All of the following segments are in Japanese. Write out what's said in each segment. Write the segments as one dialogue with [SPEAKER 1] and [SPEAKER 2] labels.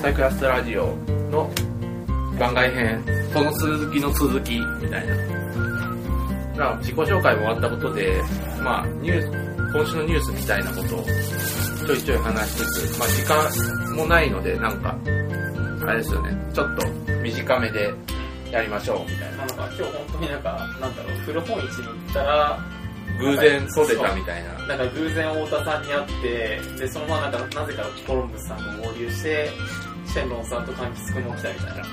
[SPEAKER 1] 際クラスターラジオの番外編その続きの続きみたいなまあ自己紹介も終わったことでまあニュース今週のニュースみたいなことをちょいちょい話しつつまあ時間もないのでなんかあれですよねちょっと短めでやりましょうみたいな
[SPEAKER 2] なんか今日本当になんか、なんだろう、古本市に行ったら、
[SPEAKER 1] 偶然撮れたみたいな
[SPEAKER 2] なんか偶然太田さんに会って、で、そのままなんか、なぜかコロンブスさんと合流して、シェンロンさんと柑橘くんも来たみたいな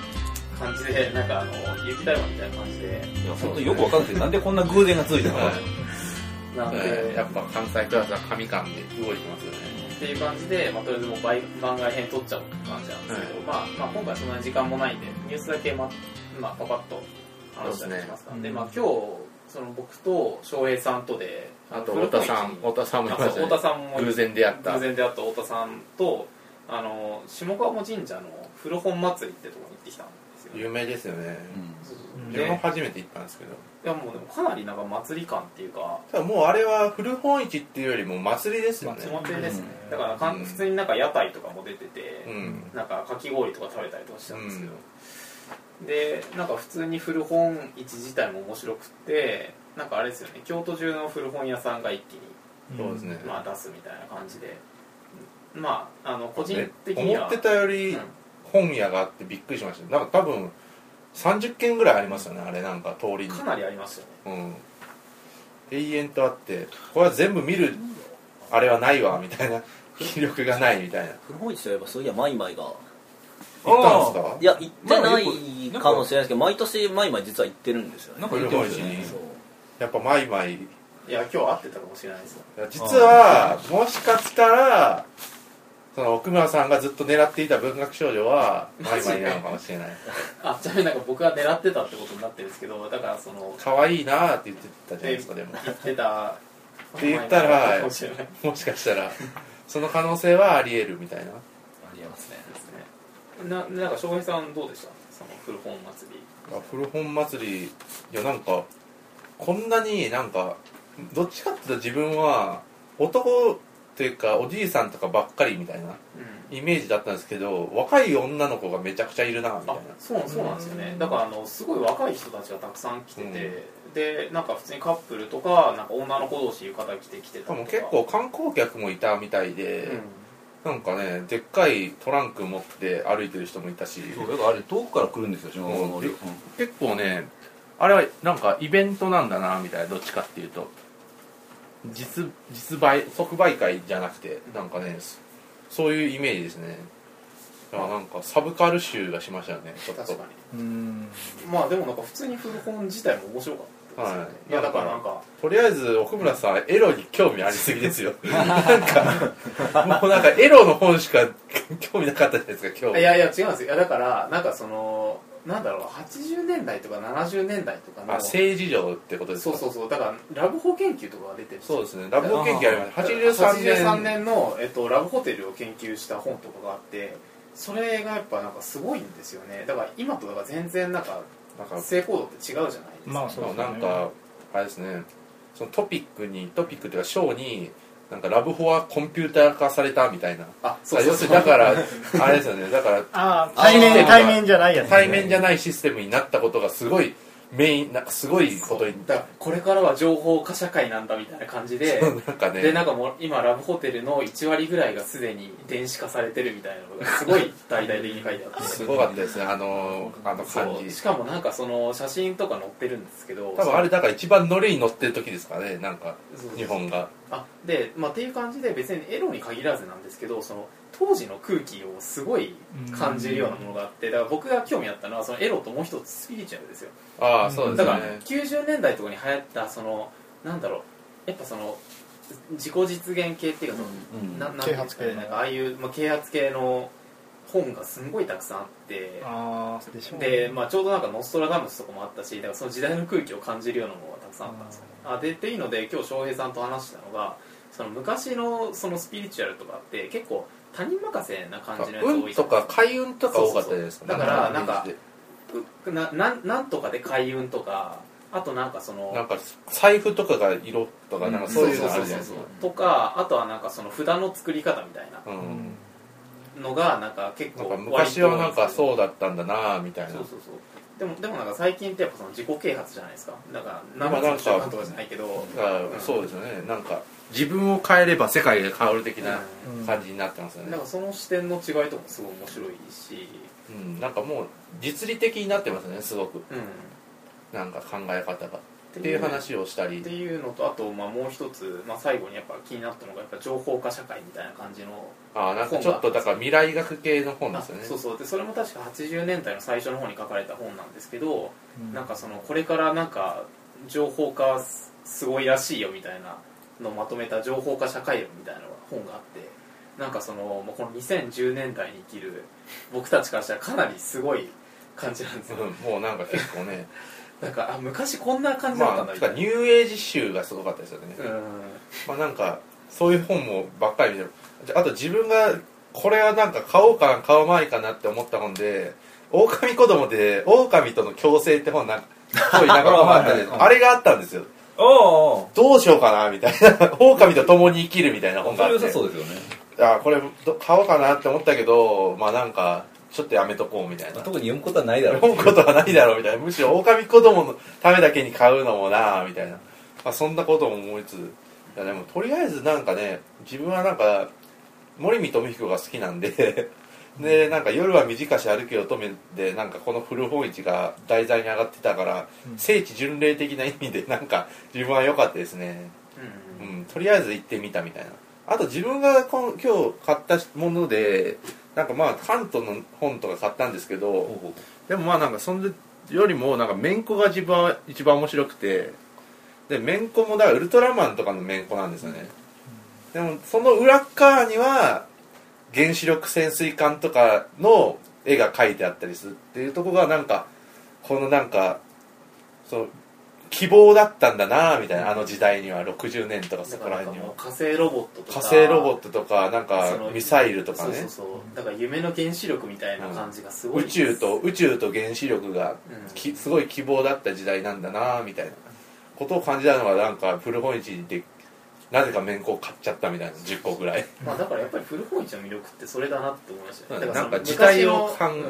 [SPEAKER 2] 感じで、 なんかあの、雪だるまみたいな感じで、
[SPEAKER 3] いや、本当よくわかんないけど、なんでこんな偶然がついたの
[SPEAKER 1] はい
[SPEAKER 2] なん
[SPEAKER 1] えーや
[SPEAKER 2] で、
[SPEAKER 1] っぱ関西クラスは神々で動いてますよね
[SPEAKER 2] っていう感じで、まあ、とりあえずもう倍番外編撮っちゃおうって感じなんですけど、まあ、まあ今回そんなに時間もないんで、ニュースだけま、まあ、パパッと話したりしますか
[SPEAKER 3] そ
[SPEAKER 2] ら
[SPEAKER 3] う
[SPEAKER 2] で、
[SPEAKER 3] ですね
[SPEAKER 2] まあ今日、その僕と翔平さんとで、
[SPEAKER 1] あと太田さん太田さんもい
[SPEAKER 2] あ
[SPEAKER 1] ま
[SPEAKER 2] そう
[SPEAKER 1] した
[SPEAKER 2] 太
[SPEAKER 1] ね
[SPEAKER 2] 田さんも
[SPEAKER 1] 偶然出会った
[SPEAKER 2] 偶然出会った太田さんとあの下鴨神社の古本祭りってとこに行ってきたんですよ、ね、
[SPEAKER 1] 有名ですよね、
[SPEAKER 2] そうそうそう
[SPEAKER 1] 自
[SPEAKER 2] で
[SPEAKER 1] 分も初めて行ったんですけど
[SPEAKER 2] いやもうでもかなりなんか祭り感っていうか
[SPEAKER 1] ただもうあれは古本市っていうよりも祭りですよね
[SPEAKER 2] 祭りですね、
[SPEAKER 3] うん
[SPEAKER 2] だからかん
[SPEAKER 1] うん
[SPEAKER 2] 普通になんか屋台とかも出てて、
[SPEAKER 1] うん
[SPEAKER 2] なんかかき氷とか食べたりとかしてたんですけど、でなんか普通に古本市自体も面白くってなんかあれですよね京都中の古本屋さんが一気に
[SPEAKER 1] そうですね、
[SPEAKER 2] まあ出すみたいな感じで、まああの個人
[SPEAKER 1] ね
[SPEAKER 2] 的に
[SPEAKER 1] 思
[SPEAKER 2] は
[SPEAKER 1] ってたより
[SPEAKER 2] うん
[SPEAKER 1] 本屋があってびっくりしましたなんか多分30軒ぐらいありますよねあれなんか通りに
[SPEAKER 2] かなりありますよね
[SPEAKER 1] うん永遠とあってこれは全部見るあれはないわみたいな気力がないみたいな
[SPEAKER 4] 古本市といえばそういやマイマイが
[SPEAKER 1] 行ったんですか
[SPEAKER 4] いや行ってない
[SPEAKER 3] まあ
[SPEAKER 4] かもしれないですけど毎年マイマイ実は行ってるんですよね
[SPEAKER 3] なんか言ってましたよね。
[SPEAKER 4] そう
[SPEAKER 1] やっぱマイマイ
[SPEAKER 2] いや今日会ってたかもしれないですよ
[SPEAKER 1] 実はもしかしたらその奥村さんがずっと狙っていた文学少女はマイマイなのかもしれない
[SPEAKER 2] あちなみになんか僕が狙ってたってことになってるんですけどだからその
[SPEAKER 1] 可愛いなーって言ってたじゃないですかでも
[SPEAKER 2] 言ってた
[SPEAKER 1] って言ったら
[SPEAKER 2] かもしれないで
[SPEAKER 1] もしかしたらその可能性はあり得るみたいな
[SPEAKER 3] ありえますね。
[SPEAKER 2] すねななんか翔平さんどうでしたその古本祭り
[SPEAKER 1] あ古本祭りいやなんかこんなになんかどっちかっていうと自分は男というかおじいさんとかばっかりみたいな
[SPEAKER 2] う
[SPEAKER 1] イメージだったんですけど若い女の子がめちゃくちゃいるなみた
[SPEAKER 2] ん
[SPEAKER 1] い
[SPEAKER 2] あそうそうなんですよねだからあのすごい若い人たちがたくさん来てて、でなんか普通にカップルとかなんか女の子同士浴衣着て来てた
[SPEAKER 1] な
[SPEAKER 2] り
[SPEAKER 1] も
[SPEAKER 2] とか
[SPEAKER 1] 結構観光客もいたみたいで、なんかねでっかいトランク持って歩いてる人もいたし
[SPEAKER 3] そう、だからあれ遠くから来るんですよ、下鴨の
[SPEAKER 1] うん
[SPEAKER 3] り。
[SPEAKER 1] 結構ねあれはなんかイベントなんだなみたいなどっちかっていうと実実売即売会じゃなくてなんかねそそういうイメージですねだからなんかサブカル集がしましたよねちょ
[SPEAKER 2] うん
[SPEAKER 1] っ
[SPEAKER 2] 確
[SPEAKER 1] と
[SPEAKER 2] かに
[SPEAKER 5] うん
[SPEAKER 2] まあでもなんか普通に古本自体も面白かったですよね、
[SPEAKER 1] はい
[SPEAKER 2] いやだからなんか
[SPEAKER 1] とりあえず奥村さんエロに興味ありすぎ ですよなんかもうなんかエロの本しか興味なかったじゃないですか今日
[SPEAKER 2] いやいや違うんですよいやだからなんかそのなんだろう80年代とか70年代とかの
[SPEAKER 1] あ性事情ってことです
[SPEAKER 2] そ
[SPEAKER 1] か
[SPEAKER 2] うそうそうだからラブホ研究とかが出てる
[SPEAKER 1] そうですねラブホ研究ありました
[SPEAKER 2] 83
[SPEAKER 1] 83
[SPEAKER 2] 年
[SPEAKER 1] 年
[SPEAKER 2] の、えっと、ラブホテルを研究した本とかがあってそれがやっぱなんかすごいんですよねだから今とだから全然なんか
[SPEAKER 1] なんか
[SPEAKER 2] 性行動って違うじゃないですか、
[SPEAKER 5] まあそうですね
[SPEAKER 1] なんかあれですねそのトピックにトピックというか章になんかラブホはコンピューター化されたみたいな
[SPEAKER 2] あそうそうそ
[SPEAKER 1] 要する
[SPEAKER 2] う
[SPEAKER 1] にだからあれですよねだから
[SPEAKER 5] あ
[SPEAKER 1] 対
[SPEAKER 5] 対
[SPEAKER 1] 面
[SPEAKER 5] 面対面じゃないやつ
[SPEAKER 1] 対面じゃないシステムになったことがすごいメインなんかすごいことに
[SPEAKER 2] だからこれからは情報化社会なんだみたいな感じで
[SPEAKER 1] なんかね
[SPEAKER 2] でなんかもう今ラブホテルの1割ぐらいがすでに電子化されてるみたいなのがすごい大々的に書いてあって
[SPEAKER 1] すごかったですねあのあの感
[SPEAKER 2] そう
[SPEAKER 1] じ
[SPEAKER 2] しかもなんかその写真とか載ってるんですけど
[SPEAKER 1] 多分あれだから一番ノリに乗ってる時ですからねなんか
[SPEAKER 2] そうそう
[SPEAKER 1] 日本が
[SPEAKER 2] あで、まあ、っていう感じで別にエロに限らずなんですけどその当時の空気をすごい感じるようなものがあってだから僕が興味あったのはそのエロともう一つスピリチュアルですよ
[SPEAKER 1] ああそうで
[SPEAKER 2] だ
[SPEAKER 1] す
[SPEAKER 2] から
[SPEAKER 1] ね
[SPEAKER 2] 90年代とかに流行ったそのなんだろうやっぱその自己実現系っていうかその、
[SPEAKER 3] うん
[SPEAKER 2] ななんてい
[SPEAKER 5] 啓
[SPEAKER 2] うんです
[SPEAKER 5] 発
[SPEAKER 2] か
[SPEAKER 5] 系
[SPEAKER 2] ねなんかああいう、まあ、啓発系の本がすんごいたくさんあって
[SPEAKER 5] ああでしょうね
[SPEAKER 2] で、まあ、ちょうどなんかノストラダムスとかもあったしだからその時代の空気を感じるようなものがたくさんあったんですよねあでっていうので今日翔平さんと話したのがその昔のそのスピリチュアルとかって結構他人任せな感じのやつ多い
[SPEAKER 1] 運とか開運とか多かったじゃないですか
[SPEAKER 2] そうそうそうだから
[SPEAKER 1] イメージで
[SPEAKER 2] うななんなんとかで開運とかあとなんかその
[SPEAKER 1] なんか財布とかが色とかなんかそういうのあるじゃないですか
[SPEAKER 2] とかあとはなんかその札の作り方みたいな
[SPEAKER 1] うん
[SPEAKER 5] うん
[SPEAKER 2] のがなんか結
[SPEAKER 1] なん
[SPEAKER 2] 構
[SPEAKER 1] か昔はなんかそうだったんだなぁみたいな
[SPEAKER 2] そうそうそうでもでもなんか最近ってやっぱその自己啓発じゃないですかだから
[SPEAKER 1] まあなん
[SPEAKER 2] 生
[SPEAKER 1] か
[SPEAKER 2] の習慣とかじゃないけど、
[SPEAKER 1] あ
[SPEAKER 2] うん
[SPEAKER 1] そうですよねなんか自分を変えれば世界が変わる的な
[SPEAKER 2] う
[SPEAKER 1] 感じになってますよ
[SPEAKER 2] な
[SPEAKER 1] ね
[SPEAKER 2] んかその視点の違いとかもすごい面白いし、
[SPEAKER 1] うんなんかもう実利的になってますよねすごく
[SPEAKER 2] うん、っ
[SPEAKER 1] なんか考え方がっていう話をしたり
[SPEAKER 2] っていうのとあとまあもう一つ、まあ、最後にやっぱ気になったのがやっぱ情報化社会みたいな感じの
[SPEAKER 1] ああなんかちょっとだから未来学系の本で
[SPEAKER 2] あ
[SPEAKER 1] すよね
[SPEAKER 2] そうそうでそれも確か80年代の最初の方に書かれた本なんですけど、
[SPEAKER 5] うん
[SPEAKER 2] なんかそのこれからなんか情報化すすごいらしいよみたいなのをまとめた情報化社会論みたいな本があってなんかそのまあこの2010年代に生きる僕たちからしたらかなりすごい感じなんですよ
[SPEAKER 1] うんもうなんか結構 ね
[SPEAKER 2] なんかあ昔こんな感じだった
[SPEAKER 1] ま
[SPEAKER 2] ん
[SPEAKER 1] あ
[SPEAKER 2] だ
[SPEAKER 1] て
[SPEAKER 2] み
[SPEAKER 1] か
[SPEAKER 2] たいな、
[SPEAKER 1] ニューエイジ集がすごかったですよね
[SPEAKER 2] うん
[SPEAKER 1] まあなんかそういう本もばっかり見てるじゃああと自分がこれはなんか買おうか買うまいかなって思った本で「狼子供で狼との共生」って本なんかすごい仲間が あったじゃないですかあれがあったんですよ
[SPEAKER 3] あ
[SPEAKER 1] どうしようかなみたいな 狼と共に生きるみたいな
[SPEAKER 3] あ
[SPEAKER 1] 本
[SPEAKER 3] そ
[SPEAKER 1] があ
[SPEAKER 3] れ
[SPEAKER 1] っ
[SPEAKER 3] 良
[SPEAKER 1] て
[SPEAKER 3] さそうですよね
[SPEAKER 1] あこれど買おうかなって思ったけどまあなんかちょっとやめとこうみたいな
[SPEAKER 3] 特に読むことはないだろう
[SPEAKER 1] 思うことはないだろうみたいなむしろ狼子供のためだけに買うのもなあみたいな、まあ、そんなことも思いつついやでもとりあえずなんかね自分はなんか森見智彦が好きなんで でなんか夜は短し歩けよ乙女でなんかこの古本市が題材に上がってたから、
[SPEAKER 5] うん
[SPEAKER 1] 聖地巡礼的な意味でなんか自分は良かったですね、
[SPEAKER 2] うん
[SPEAKER 1] うん、とりあえず行ってみたみたいなあと自分がこん今日買ったものでなんかまあ関東の本とか買ったんですけど、
[SPEAKER 3] ほうほう
[SPEAKER 1] でもまあなんかそんでよりもなんかめんこが自分は一番面白くてでめんこもだからウルトラマンとかのめんこなんですよね、でもその裏っ側には原子力潜水艦とかの絵が描いてあったりするっていうとこがなんかこのなんかその希望だったんだなみたいなあの時代には60年とかそ
[SPEAKER 2] だ
[SPEAKER 1] こ
[SPEAKER 2] から
[SPEAKER 1] ら
[SPEAKER 2] なん
[SPEAKER 1] 辺に
[SPEAKER 2] かもう
[SPEAKER 1] は
[SPEAKER 2] 火星ロボットと
[SPEAKER 1] 火
[SPEAKER 2] か
[SPEAKER 1] 星ロボ
[SPEAKER 2] ッ
[SPEAKER 1] ットとかなんか
[SPEAKER 2] その
[SPEAKER 1] ミサイルとかね
[SPEAKER 2] そうそうそうだから夢の原子力みたいな感じがすごい
[SPEAKER 1] 宇宙と宇宙と原子力が
[SPEAKER 2] うん
[SPEAKER 1] きすごい希望だった時代なんだなみたいなことを感じたのがなんか古本市でなぜか面を買っちゃったみたいな10個ぐらい
[SPEAKER 2] まあ、だからやっぱり古本市の魅力ってそれだなって思いました
[SPEAKER 1] うん
[SPEAKER 2] だらその
[SPEAKER 1] なんか時代を
[SPEAKER 2] 昔の
[SPEAKER 1] 考え
[SPEAKER 2] うん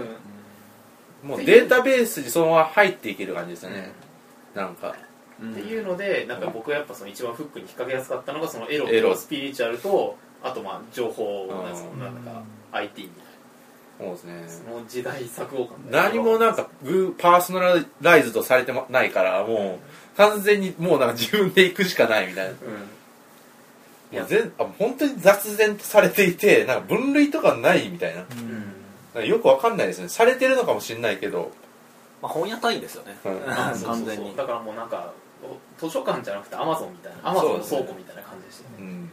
[SPEAKER 1] もうデータベースにそのまま入っていける感じですよねなんか
[SPEAKER 2] っていうのでなんか僕はやっぱその一番フックに引っ掛けやすかったのがそのエロ
[SPEAKER 1] エロ
[SPEAKER 2] とスピリチュアルとあとまあ情報なんですも
[SPEAKER 1] うん
[SPEAKER 5] ん
[SPEAKER 2] なんか IT み
[SPEAKER 1] そうですね
[SPEAKER 2] たいなその時代錯誤感だよ
[SPEAKER 1] 何もなんかグーパーソナライズとされてもないからもう完全にもうなんか自分で行くしかないみたいな
[SPEAKER 2] うんい
[SPEAKER 1] も
[SPEAKER 2] や
[SPEAKER 1] う全あ本当に雑然とされていてなんか分類とかないみたいな
[SPEAKER 5] う
[SPEAKER 2] うんん
[SPEAKER 1] なんかよくわかんないですねされてるのかもしれないけど、
[SPEAKER 4] まあ、本屋単位ですよね、
[SPEAKER 1] うん
[SPEAKER 2] あそうそうそう
[SPEAKER 4] 完全に
[SPEAKER 2] だからもうなんかお図書館じゃなくてアマゾンみたいなアマゾンの倉庫みたいな感じでしたよね
[SPEAKER 1] うん、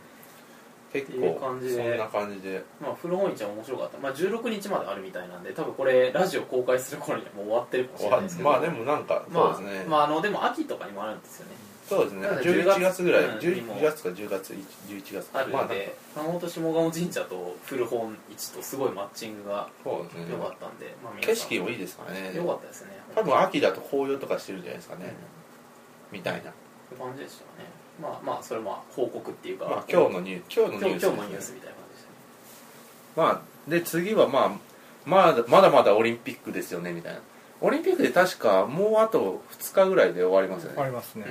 [SPEAKER 1] 結
[SPEAKER 2] ってい
[SPEAKER 1] 構
[SPEAKER 2] う感じ
[SPEAKER 1] そ
[SPEAKER 2] で
[SPEAKER 1] んな感じで
[SPEAKER 2] まあ古本市は面白かったまあ16日まであるみたいなんで多分これラジオ公開する頃にはもう終わってるかもしれないですけど
[SPEAKER 1] まあでもなんか
[SPEAKER 2] ま
[SPEAKER 1] そうで
[SPEAKER 2] あ
[SPEAKER 1] すね、
[SPEAKER 2] まあ、あのでも秋とかにもあるんですよね
[SPEAKER 1] そうですね
[SPEAKER 2] なんで
[SPEAKER 1] 11月ぐらい、
[SPEAKER 2] うん
[SPEAKER 1] 11月か10月11月
[SPEAKER 2] ある
[SPEAKER 1] まあなん
[SPEAKER 2] の
[SPEAKER 1] か
[SPEAKER 2] で熊本下鴨神社と古本市とすごいマッチングが
[SPEAKER 1] そうですね
[SPEAKER 2] 良かったんで、まあ、皆
[SPEAKER 1] 景
[SPEAKER 2] さん
[SPEAKER 1] 色もいいですからね
[SPEAKER 2] 良かったですね
[SPEAKER 1] 多分秋だと紅葉とかしてるんじゃないですかね、みたいな、
[SPEAKER 2] って感じでしたねまあまあそれも報告っていうか、
[SPEAKER 1] まあ、今日のニュー今日の
[SPEAKER 2] 今日
[SPEAKER 1] ニュ
[SPEAKER 2] 今
[SPEAKER 1] ース
[SPEAKER 2] 日のニュースみたいな感じでしたね
[SPEAKER 1] まあで次はまあまだまだまだオリンピックですよねみたいなオリンピックで確かもうあと2日ぐらいで終わりますよ
[SPEAKER 5] あ
[SPEAKER 1] ね、
[SPEAKER 5] りますね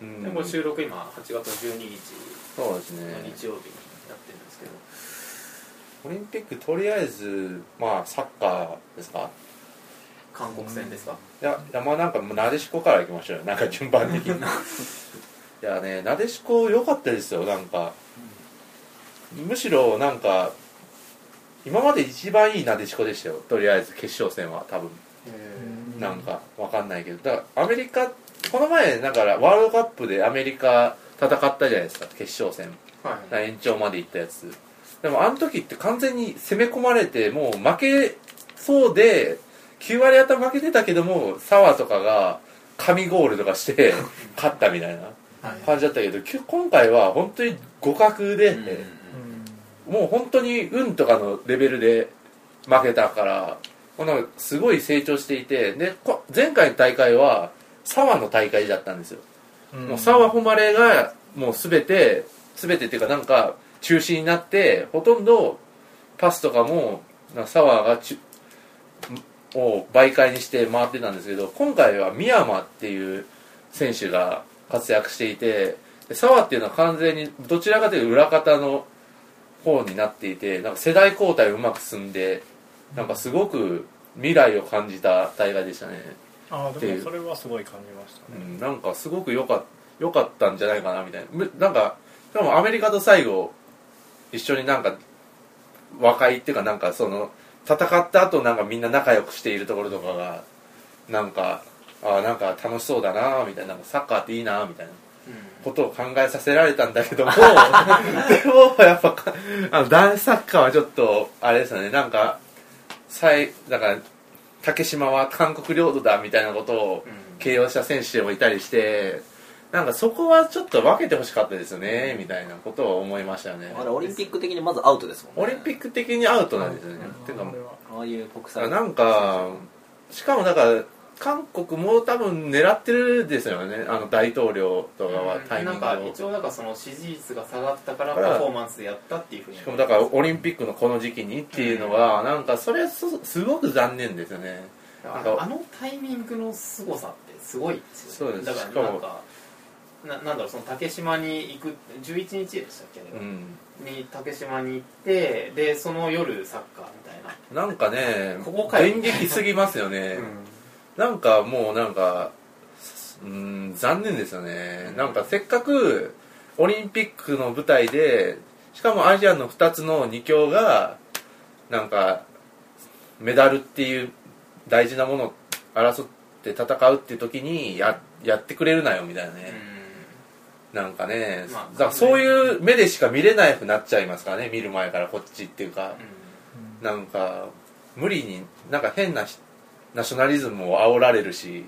[SPEAKER 1] うん
[SPEAKER 2] うん、でも収録今8月の12日
[SPEAKER 1] そうですね
[SPEAKER 2] の日曜日にやってるんですけど、
[SPEAKER 1] オリンピックとりあえずまあサッカーですか
[SPEAKER 2] 韓国戦ですか、
[SPEAKER 1] いや、いやまあなんか、なでしこから行きましょうよ。なんか順番的 に。いやね、なでしこ良かったですよ、なんか。むしろ、なんか、今まで一番いいなでしこでしたよ。とりあえず、決勝戦は、多分。
[SPEAKER 5] うん
[SPEAKER 1] なんか、わかんないけど。だから、アメリカ、この前、だから、ワールドカップでアメリカ戦ったじゃないですか、決勝戦。
[SPEAKER 2] はい
[SPEAKER 1] 延長まで行ったやつでもあの時って完全に攻め込まれてもう負けそうで9割方負けてたけども澤とかが神ゴールとかして勝ったみたいな
[SPEAKER 2] はい
[SPEAKER 1] 感じだったけどきゅ今回は本当に互角で、
[SPEAKER 5] うん
[SPEAKER 1] もう本当に運とかのレベルで負けたからもうなんかすごい成長していてでこ前回の大会は澤の大会だったんですよもう澤誉がもう全て全てっていうかなんか中止になってほとんどパスとかもなんかサワーがちを媒介にして回ってたんですけど今回はミヤマっていう選手が活躍していてでサワーっていうのは完全にどちらかというと裏方の方になっていてなんか世代交代をうまく進んでなんかすごく未来を感じた大会でしたね、
[SPEAKER 5] あ
[SPEAKER 1] っ
[SPEAKER 5] あ
[SPEAKER 1] て
[SPEAKER 5] で
[SPEAKER 1] いう
[SPEAKER 5] もそれはすごい感じました
[SPEAKER 1] う
[SPEAKER 5] ね、
[SPEAKER 1] ん、なんかすごく良か良かったんじゃないかなみたいなむなんかでもアメリカと最後一緒になんか和解っていうかなんかその戦った後なんかみんな仲良くしているところとかがなんかあーなんか楽しそうだなみたいななんかサッカーっていいなみたいなことを考えさせられたんだけども でもやっぱかあの男子サッカーはちょっとあれですよねなんか最だから竹島は韓国領土だみたいなことを形容した選手もいたりしてなんかそこはちょっと分けてほしかったですよねみたいなことを思いましたよね
[SPEAKER 4] あれオリンピック的にまずアウトですもんね
[SPEAKER 1] オリンピック的にアウトなんですよね、ていうか
[SPEAKER 5] これは
[SPEAKER 4] ああいう国
[SPEAKER 1] あ
[SPEAKER 4] 際
[SPEAKER 1] なんかしかもだから韓国も多分狙ってるですよねあの大統領とかはタイミ
[SPEAKER 2] なん
[SPEAKER 1] ング
[SPEAKER 2] か
[SPEAKER 1] を
[SPEAKER 2] 一応なんかその支持率が下がったか
[SPEAKER 1] か
[SPEAKER 2] らパ
[SPEAKER 1] ら
[SPEAKER 2] フォーマンスでやったっていうふうに
[SPEAKER 1] しかもだからオリンピックのこの時期にっていうのはなんかそれはすすごく残念ですよね
[SPEAKER 2] あ
[SPEAKER 1] なんか
[SPEAKER 2] のあのタイミングの凄さってすごいですよね
[SPEAKER 1] そうで
[SPEAKER 2] だ
[SPEAKER 1] す
[SPEAKER 2] からなんかななんだろうその竹島に行く11日でしたっけ、ね
[SPEAKER 1] うん
[SPEAKER 2] に竹島に行ってでその夜サッカーみたいな
[SPEAKER 1] なんかね
[SPEAKER 2] ここかい
[SPEAKER 1] 電撃すぎますよね、
[SPEAKER 2] う
[SPEAKER 1] なんかもうなんかうん残念ですよねなんかせっかくオリンピックの舞台でしかもアジアの2つの2強がなんかメダルっていう大事なものを争って戦うっていう時にややってくれるなよみたいなね、
[SPEAKER 2] ん
[SPEAKER 1] なんかね、
[SPEAKER 2] ま
[SPEAKER 1] だ
[SPEAKER 2] あ
[SPEAKER 1] からそういう目でしか見れないくなっちゃいますからね見る前からこっちっていうか、なんか無理になんか変なひナショナリズムを煽られるし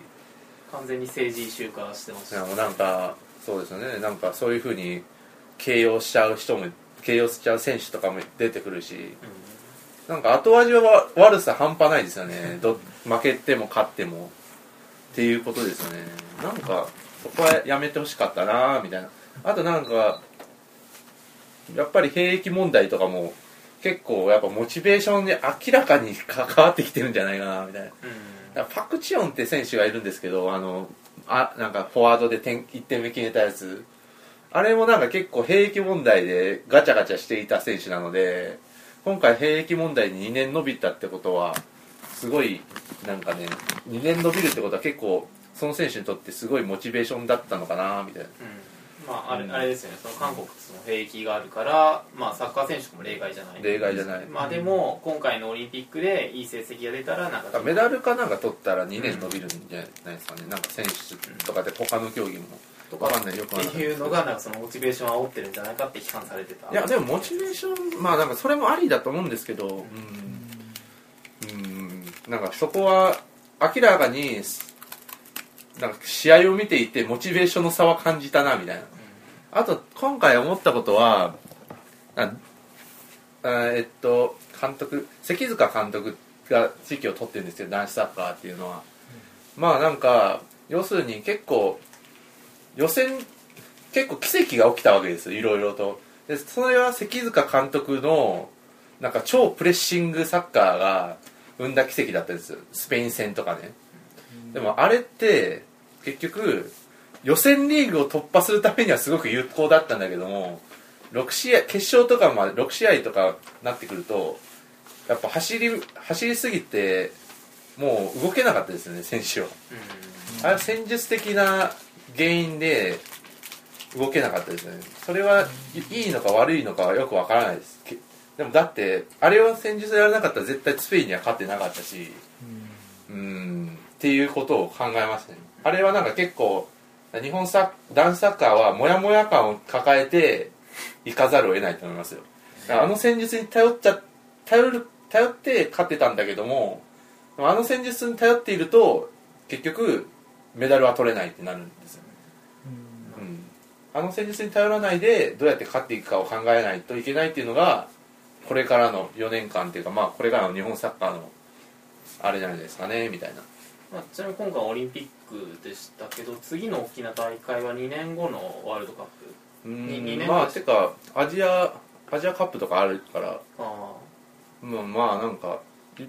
[SPEAKER 2] 完全に政治一周化してました
[SPEAKER 1] なんかなんかそうですよねなんかそういうふうに形容しちゃう人も形容しちゃう選手とかも出てくるしなんか後味は悪さ半端ないですよねど負けても勝ってもっていうことですよねなんかそこはやめてほしかったなみたいなあとなんかやっぱり兵役問題とかも結構やっぱモチベーションに明らかに関わってきてるんじゃないかなみたいな
[SPEAKER 2] うん
[SPEAKER 1] だからパク・チヨンって選手がいるんですけどあのあなんかフォワードで点1点目決めたやつあれもなんか結構兵役問題でガチャガチャしていた選手なので今回兵役問題に2年伸びたってことはすごいなんかね2年伸びるってことは結構その選手にとってすごいモチベーションだったのかなみたいな
[SPEAKER 2] うんまああれ,、
[SPEAKER 1] うん
[SPEAKER 2] あれですよねその韓国ってその兵役があるから、まあ、サッカー選手も例外じゃない
[SPEAKER 1] 例外じゃない、
[SPEAKER 2] まあでも今回のオリンピックでいい成績が出たらなんか
[SPEAKER 1] メダルかなんか取ったら2年伸びるんじゃないですかね、なんか選手とかで他の競技も
[SPEAKER 2] と
[SPEAKER 1] わかんないよくわかんな
[SPEAKER 2] っ
[SPEAKER 1] い
[SPEAKER 2] ていうのがなんかそのモチベーションを煽ってるんじゃないかって批判されてた
[SPEAKER 1] いやでもモチベーションまあなんかそれもありだと思うんですけどうんうんなんかそこは明らかになんか試合を見ていてモチベーションの差は感じたなみたいなあと今回思ったことはああえっと監督関塚監督が指揮を取ってるんですけど男子サッカーっていうのは、まあなんか要するに結構予選結構奇跡が起きたわけですよいろいろとでそれは関塚監督のなんか超プレッシングサッカーが生んだ奇跡だったんですよスペイン戦とかねでもあれって結局予選リーグを突破するためにはすごく有効だったんだけども6試合決勝とかまで6試合とかなってくるとやっぱ走り走りすぎてもう動けなかったですよね選手はあれは戦術的な原因で動けなかったですねそれはいいいのか悪いのかはよくわからないですけでもだってあれを戦術でやらなかったら絶対スペインには勝ってなかったしうーんっていうことを考えますねあれはなんか結構日本サッ男子サッカーはモヤモヤ感を抱えていかざるを得ないと思いますよだからあの戦術に頼っちゃ頼る頼って勝ってたんだけどもでもあの戦術に頼っていると結局メダルは取れないってなるんですよねうんあの戦術に頼らないでどうやって勝っていくかを考えないといけないっていうのがこれからの4年間っていうかまあこれからの日本サッカーのあれじゃないですかねみたいな
[SPEAKER 2] まあ、ちなみに今回オリンピックでしたけど次の大きな大会は2年後のワールドカップ
[SPEAKER 1] う
[SPEAKER 2] に二
[SPEAKER 1] ん
[SPEAKER 2] 年
[SPEAKER 1] まあてかアジアアジアカップとかあるから
[SPEAKER 2] ああ
[SPEAKER 1] まあまあなんか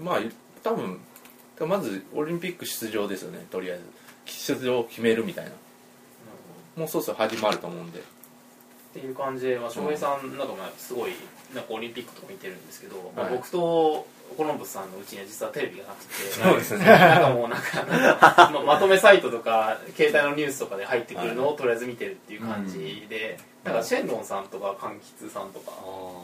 [SPEAKER 1] まあ多分まずオリンピック出場ですよねとりあえず出場を決めるみたいなもうそろそろ始まると思うんで
[SPEAKER 2] っていう感じで、まあ、翔平さんなんかまあすごいなんかオリンピックとか見てるんですけど、まあ
[SPEAKER 1] はい
[SPEAKER 2] 僕とコロンブスさんのうちには実はテレビがなくて
[SPEAKER 1] そうですね
[SPEAKER 2] なんかもうなんか ままとめサイトとか携帯のニュースとかで入ってくるのをとりあえず見てるっていう感じで、
[SPEAKER 1] うん
[SPEAKER 2] なんかシェンロンさんとか柑橘さんとか、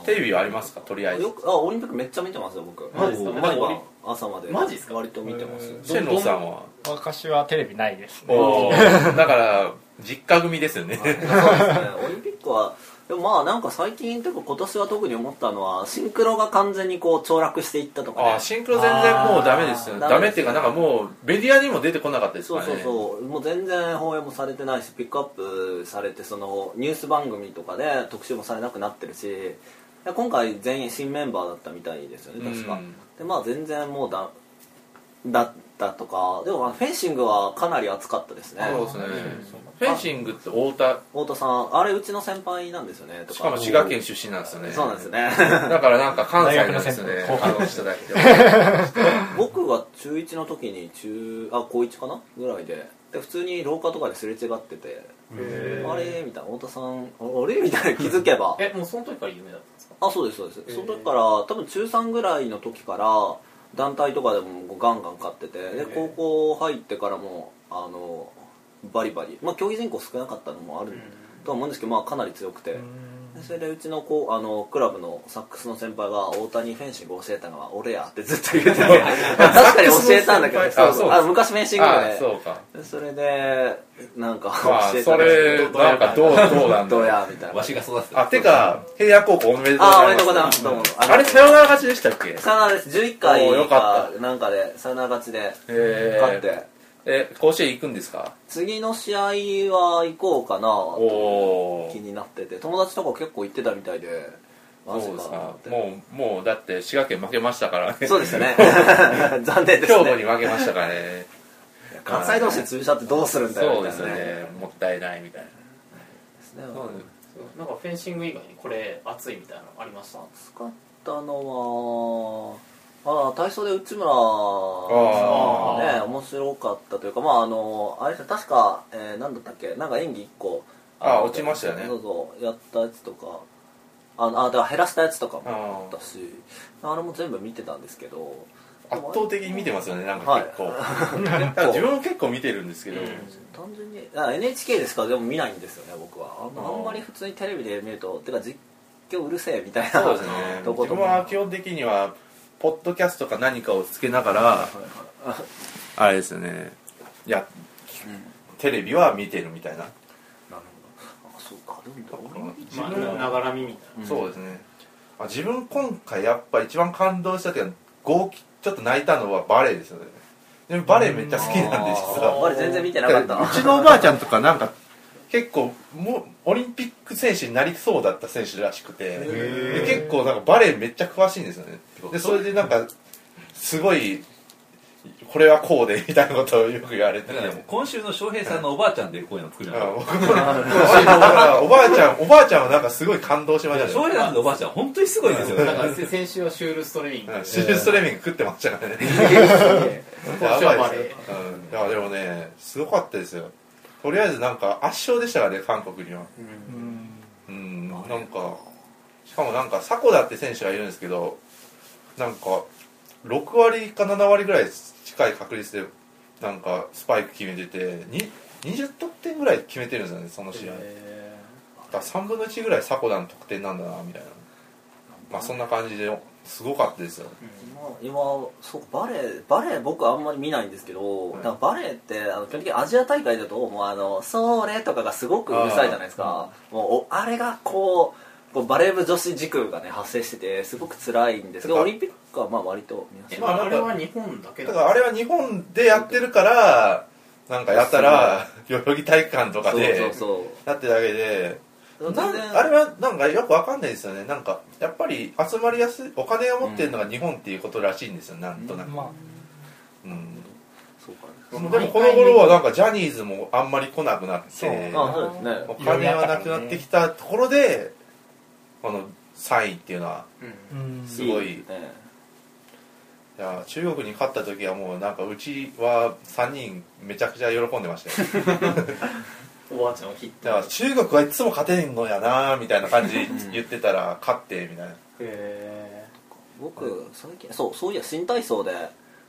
[SPEAKER 1] テレビはありますかとりあえず
[SPEAKER 4] よくあオリンピックめっちゃ見てますよ僕
[SPEAKER 2] マジっすか
[SPEAKER 4] 毎
[SPEAKER 2] なんかオリ
[SPEAKER 4] 晩朝まで
[SPEAKER 2] マジっすか
[SPEAKER 4] 割と見てます
[SPEAKER 5] へー
[SPEAKER 1] シェンロンさんは
[SPEAKER 5] 私はテレビないですね
[SPEAKER 1] おー だから実家組ですよね
[SPEAKER 4] そうですねオリンピックはでもまあなんか最近というか今年は特に思ったのはシンクロが完全にこう凋落していったとか、ね、
[SPEAKER 1] あーシンクロ全然もうダメですよね
[SPEAKER 4] あー
[SPEAKER 1] ダメっていうかなんかもうメディアにも出てこなかったですか
[SPEAKER 4] そう
[SPEAKER 1] らね
[SPEAKER 4] そうそう、もう全然放映もされてないしピックアップされてそのニュース番組とかで特集もされなくなってるし今回全員新メンバーだったみたいですよね確か、
[SPEAKER 1] うん
[SPEAKER 4] でまあ全然もうだだったとかでもまあフェンシングはかなり熱かったですね
[SPEAKER 1] そうですねフェンシングって太田
[SPEAKER 4] 太田さんあれうちの先輩なんですよねとか
[SPEAKER 1] しかも滋賀県出身なんですよね
[SPEAKER 4] そうなんですね
[SPEAKER 1] だからなんか関西なんですよね
[SPEAKER 5] 大学の先
[SPEAKER 1] あの人だ け
[SPEAKER 4] 僕が中1の時に中あ高1かなぐらいでで普通に廊下とかですれ違ってて
[SPEAKER 2] へー
[SPEAKER 4] あれみたいな太田さんああれみたいな気づ けば
[SPEAKER 2] えもうその時から有名だったんですか
[SPEAKER 4] あそうですそうです、
[SPEAKER 2] えー
[SPEAKER 4] その時から多分中3ぐらいの時から団体とかでもガンガン勝っててで
[SPEAKER 2] ー
[SPEAKER 4] 高校入ってからもあのバリバリ、まあ、競技人口少なかったのもあるとは思うんですけど、まあ、かなり強くて、でそれでうちのこうあのクラブのサックスの先輩が大谷フェンシング教えたのは俺やってずっと言ってて 確かに教えたんだけど
[SPEAKER 1] サックスの先輩あそうです
[SPEAKER 4] あ昔フェンシング
[SPEAKER 1] あ
[SPEAKER 4] で
[SPEAKER 1] そうか
[SPEAKER 4] でそれでなんか
[SPEAKER 1] まあ
[SPEAKER 4] 教えた
[SPEAKER 1] そ
[SPEAKER 4] んだけ
[SPEAKER 1] れなんかどうどうなん
[SPEAKER 4] ど
[SPEAKER 1] だ
[SPEAKER 4] う
[SPEAKER 1] ろう
[SPEAKER 4] やみたいな
[SPEAKER 3] わしが育てた
[SPEAKER 1] あてか平野高校おめでとうございます
[SPEAKER 4] あおめでとうございますどうもあの
[SPEAKER 1] あれサヨナラ勝ちでしたっけ
[SPEAKER 4] サヨナラです11回
[SPEAKER 1] おーよか
[SPEAKER 4] なんかでサヨナラ勝ちで
[SPEAKER 1] え
[SPEAKER 4] 勝っ
[SPEAKER 1] ー
[SPEAKER 4] て、
[SPEAKER 1] え甲子園行くんですか
[SPEAKER 4] 次の試合は行こうかな
[SPEAKER 1] お
[SPEAKER 4] と
[SPEAKER 1] お
[SPEAKER 4] 気になってて友達とか結構行ってたみたいでマジ
[SPEAKER 1] そう
[SPEAKER 4] か
[SPEAKER 1] です
[SPEAKER 4] と思
[SPEAKER 1] か
[SPEAKER 4] って
[SPEAKER 1] もうもうだって滋賀県負けましたからね
[SPEAKER 4] そうですよ ね残念です
[SPEAKER 1] 兵
[SPEAKER 4] ね
[SPEAKER 1] 庫に負けましたからね
[SPEAKER 4] 関西同士で潰し合ってどうするんだよ
[SPEAKER 1] そうで
[SPEAKER 4] み
[SPEAKER 1] す
[SPEAKER 4] たいな
[SPEAKER 1] よねもったいないみたいな
[SPEAKER 4] ですね
[SPEAKER 1] そうです
[SPEAKER 2] そうなんかフェンシング以外にこれ熱いみたいなのありました
[SPEAKER 4] 暑かったのはあー体操で内村さん
[SPEAKER 1] あ
[SPEAKER 2] ー
[SPEAKER 4] ね面白かったというかまああのあれですね確か、えー、何だったっけなんか演技1個
[SPEAKER 1] あー落ちましたよね
[SPEAKER 4] そうそうやったやつとかあのあーだから減らしたやつとかもあ
[SPEAKER 1] あ
[SPEAKER 4] った
[SPEAKER 1] ー
[SPEAKER 4] しあれも全部見てたんですけど
[SPEAKER 1] 圧倒的に見てますよねなんか結構、 だから自分も結構見てるんですけど、
[SPEAKER 2] うん
[SPEAKER 4] 単純にあ NHK でしかでも見ないんですよね僕はあん
[SPEAKER 1] あー
[SPEAKER 4] あんまり普通にテレビで見るとてか実況うるせえみた いな
[SPEAKER 1] そうですね
[SPEAKER 4] とこ
[SPEAKER 1] 自分
[SPEAKER 4] とも
[SPEAKER 1] は基本的にはポッドキャストか何かをつけながらあれですよねいや、テレビは見てるみたいな、
[SPEAKER 4] なるほどあそうかでも俺も
[SPEAKER 1] 自
[SPEAKER 2] まあ
[SPEAKER 1] 分
[SPEAKER 2] ながらみみたいな
[SPEAKER 4] うん
[SPEAKER 1] そうですねあ自分今回やっぱ一番感動したというか号泣ちょっと泣いたのはバレエですよねでもバレエめっちゃ好きなんです
[SPEAKER 4] あ
[SPEAKER 1] 実
[SPEAKER 4] ー
[SPEAKER 1] は
[SPEAKER 4] あ俺全然見てなかった
[SPEAKER 1] う ちのおばあちゃんとかなんか結構もうオリンピック選手になりそうだった選手らしくて
[SPEAKER 5] ー
[SPEAKER 1] で結構なんかバレエめっちゃ詳しいんですよねでそれでなんかすごいこれはこうでみたいなことをよく言われて
[SPEAKER 3] だからもう今週の翔平さんのおばあちゃんでこういうの作る
[SPEAKER 1] あ
[SPEAKER 3] の
[SPEAKER 1] 僕これ おばあちゃんおばあちゃんはなんかすごい感動しま
[SPEAKER 3] い
[SPEAKER 1] し
[SPEAKER 3] や
[SPEAKER 1] た
[SPEAKER 3] 翔
[SPEAKER 1] ね
[SPEAKER 3] 平さんのおばあちゃん本当にすごいですよ
[SPEAKER 2] なんかせ先週はシュールストレミング
[SPEAKER 1] うんシュールストレミング食ってましたからね
[SPEAKER 2] 今週はバレエ
[SPEAKER 1] うん、いやでもねすごかったですよとりあえずなんか圧勝でしたからね韓国には
[SPEAKER 5] うん
[SPEAKER 1] うんなんかしかもなんか迫田って選手がいるんですけどなんか6割か7割ぐらい近い確率でなんかスパイク決めててに20得点ぐらい決めてるんですよねその試合、
[SPEAKER 2] え
[SPEAKER 1] だから3分の1ぐらい迫田の得点なんだなみたいなまあそんな感じですごかったですよ
[SPEAKER 2] ーうん
[SPEAKER 4] 今今そうバレーバレー僕あんまり見ないんですけど、
[SPEAKER 1] はい
[SPEAKER 4] だからバレーってあの基本的にアジア大会だともうあの「それ」とかがすごくうるさいじゃないですかもうおあれがこうこうバレー部女子時空がね発生しててすごく辛いんですけど
[SPEAKER 1] だから
[SPEAKER 4] オリンピックはまあ割と皆さ
[SPEAKER 2] え
[SPEAKER 4] ん
[SPEAKER 1] まあなんか
[SPEAKER 2] あれは日本だけ
[SPEAKER 1] だからあれは日本でやってるからなんかやたら代々木体育館とかで
[SPEAKER 4] そうそう
[SPEAKER 1] なってるだけで
[SPEAKER 4] そう
[SPEAKER 1] な
[SPEAKER 4] 全
[SPEAKER 1] ん
[SPEAKER 4] 然
[SPEAKER 1] あれはなんかよくわかんないですよねなんかやっぱり集まりやすいお金を持ってるのが日本っていうことらしいんですよなんとなく、
[SPEAKER 5] ま
[SPEAKER 1] うん
[SPEAKER 4] そうかね
[SPEAKER 1] でもこの頃はなんかジャニーズもあんまり来なくなっ
[SPEAKER 5] そう
[SPEAKER 1] て
[SPEAKER 4] あそうですね
[SPEAKER 1] お金はなくなってきたところでこの3位っていうのは
[SPEAKER 2] うん
[SPEAKER 5] あうん
[SPEAKER 1] すごい
[SPEAKER 4] ね
[SPEAKER 1] いや中国に勝った時はもうなんかうちは3人めちゃくちゃ喜んでましたよ
[SPEAKER 2] おばあちゃんをヒッ
[SPEAKER 1] だから
[SPEAKER 2] ト
[SPEAKER 1] 中国はいつも勝てんのやなみたいな感じ言ってたら勝ってみたいな
[SPEAKER 2] へ
[SPEAKER 4] 僕最近そうそういや新体操で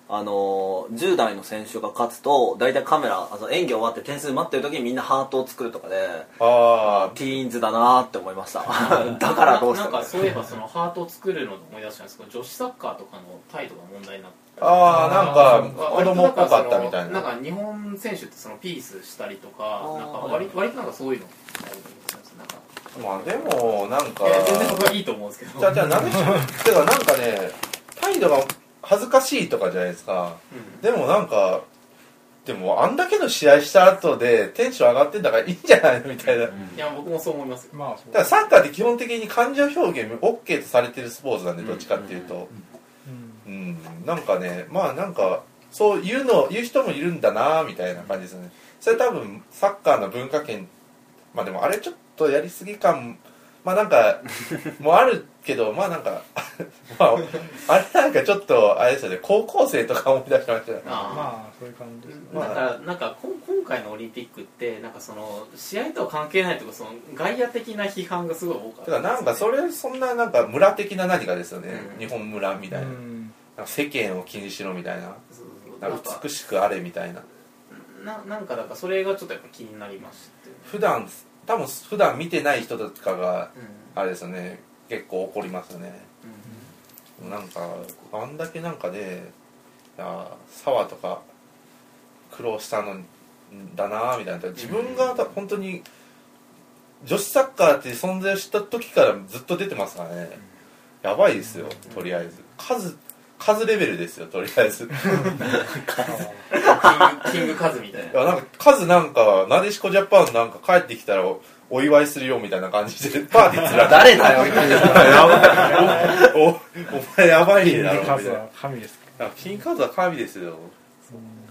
[SPEAKER 4] あのー10代の選手が勝つと大体カメラあの演技終わって点数待ってる時にみんなハートを作るとかで
[SPEAKER 1] ああ
[SPEAKER 4] ティーンズだなーって思いました だからどうし
[SPEAKER 2] な
[SPEAKER 4] た
[SPEAKER 2] んか
[SPEAKER 4] か
[SPEAKER 2] そういえばそのハートを作るのを思い出したんですけど女子サッカーとかの態度が問題になって
[SPEAKER 1] ああなんか子
[SPEAKER 2] 割と
[SPEAKER 1] 供
[SPEAKER 2] なん
[SPEAKER 1] っぽかったみ
[SPEAKER 2] そ
[SPEAKER 1] た
[SPEAKER 2] の
[SPEAKER 1] い
[SPEAKER 2] な
[SPEAKER 1] なん
[SPEAKER 2] か日本選手ってそのピースしたりとか
[SPEAKER 4] あー
[SPEAKER 2] なんか割割となんかそういうのあると思うんですよなんか
[SPEAKER 1] まあでもなんか
[SPEAKER 2] いや全然僕はいいと思うんですけど
[SPEAKER 1] じゃあじゃあなんでしょてかなんかね態度が恥ずかしいとかじゃないですか
[SPEAKER 2] うん
[SPEAKER 1] でもなんかでもあんだけの試合した後でテンション上がってんだからいいんじゃないのみたいなだか
[SPEAKER 2] いや僕もそう思いますよ
[SPEAKER 5] まあそう
[SPEAKER 1] らサッカーって基本的に感情表現 OK とされてるスポーツなんでどっちかっていうとう
[SPEAKER 5] うん
[SPEAKER 1] んなんかねまあなんかそういうの言う人もいるんだなみたいな感じですねそれ多分サッカーの文化圏まあでもあれちょっとやりすぎ感まあなんかもうあるけどまあなんか まああれなんかちょっとあれですよね高校生とか思い出しましたよね
[SPEAKER 2] あ
[SPEAKER 5] まあそういう感じですね
[SPEAKER 2] あだからなんかこん今回のオリンピックってなんかその試合とは関係ないとかその外野的な批判がすごい多かった
[SPEAKER 1] だからなんか
[SPEAKER 2] れ
[SPEAKER 1] それそんななんか村的な何かですよね、
[SPEAKER 2] う
[SPEAKER 1] 日
[SPEAKER 2] ん
[SPEAKER 1] 本村みたいな,、
[SPEAKER 5] うん
[SPEAKER 1] なんか世間を気にしろみたいなな
[SPEAKER 2] なんん
[SPEAKER 1] か
[SPEAKER 2] か
[SPEAKER 1] 美しくあれみたいな
[SPEAKER 2] ななんかだからそれがちょっとやっぱ気になりまして
[SPEAKER 1] 普段多分普段見てない人とかがあれですよね結構怒りますよねなんかあんだけなんかで沢とか苦労したのだなぁみたいな自分がた本当に女子サッカーっていう存在を知った時からずっと出てますからねやばいですよとりあえず数数レベルですよとりあえずい
[SPEAKER 2] うんキングキングカズみたいな
[SPEAKER 1] やなんか数なんかなでしこジャパンなんか帰ってきたらおお祝いするよみたいな感 じでパーティーつら
[SPEAKER 4] 誰だよみたいな
[SPEAKER 1] やばいおおお前やばいだろみた
[SPEAKER 5] 数
[SPEAKER 1] いな
[SPEAKER 5] は神ですか
[SPEAKER 1] あ金カードは神ですよ
[SPEAKER 5] らうん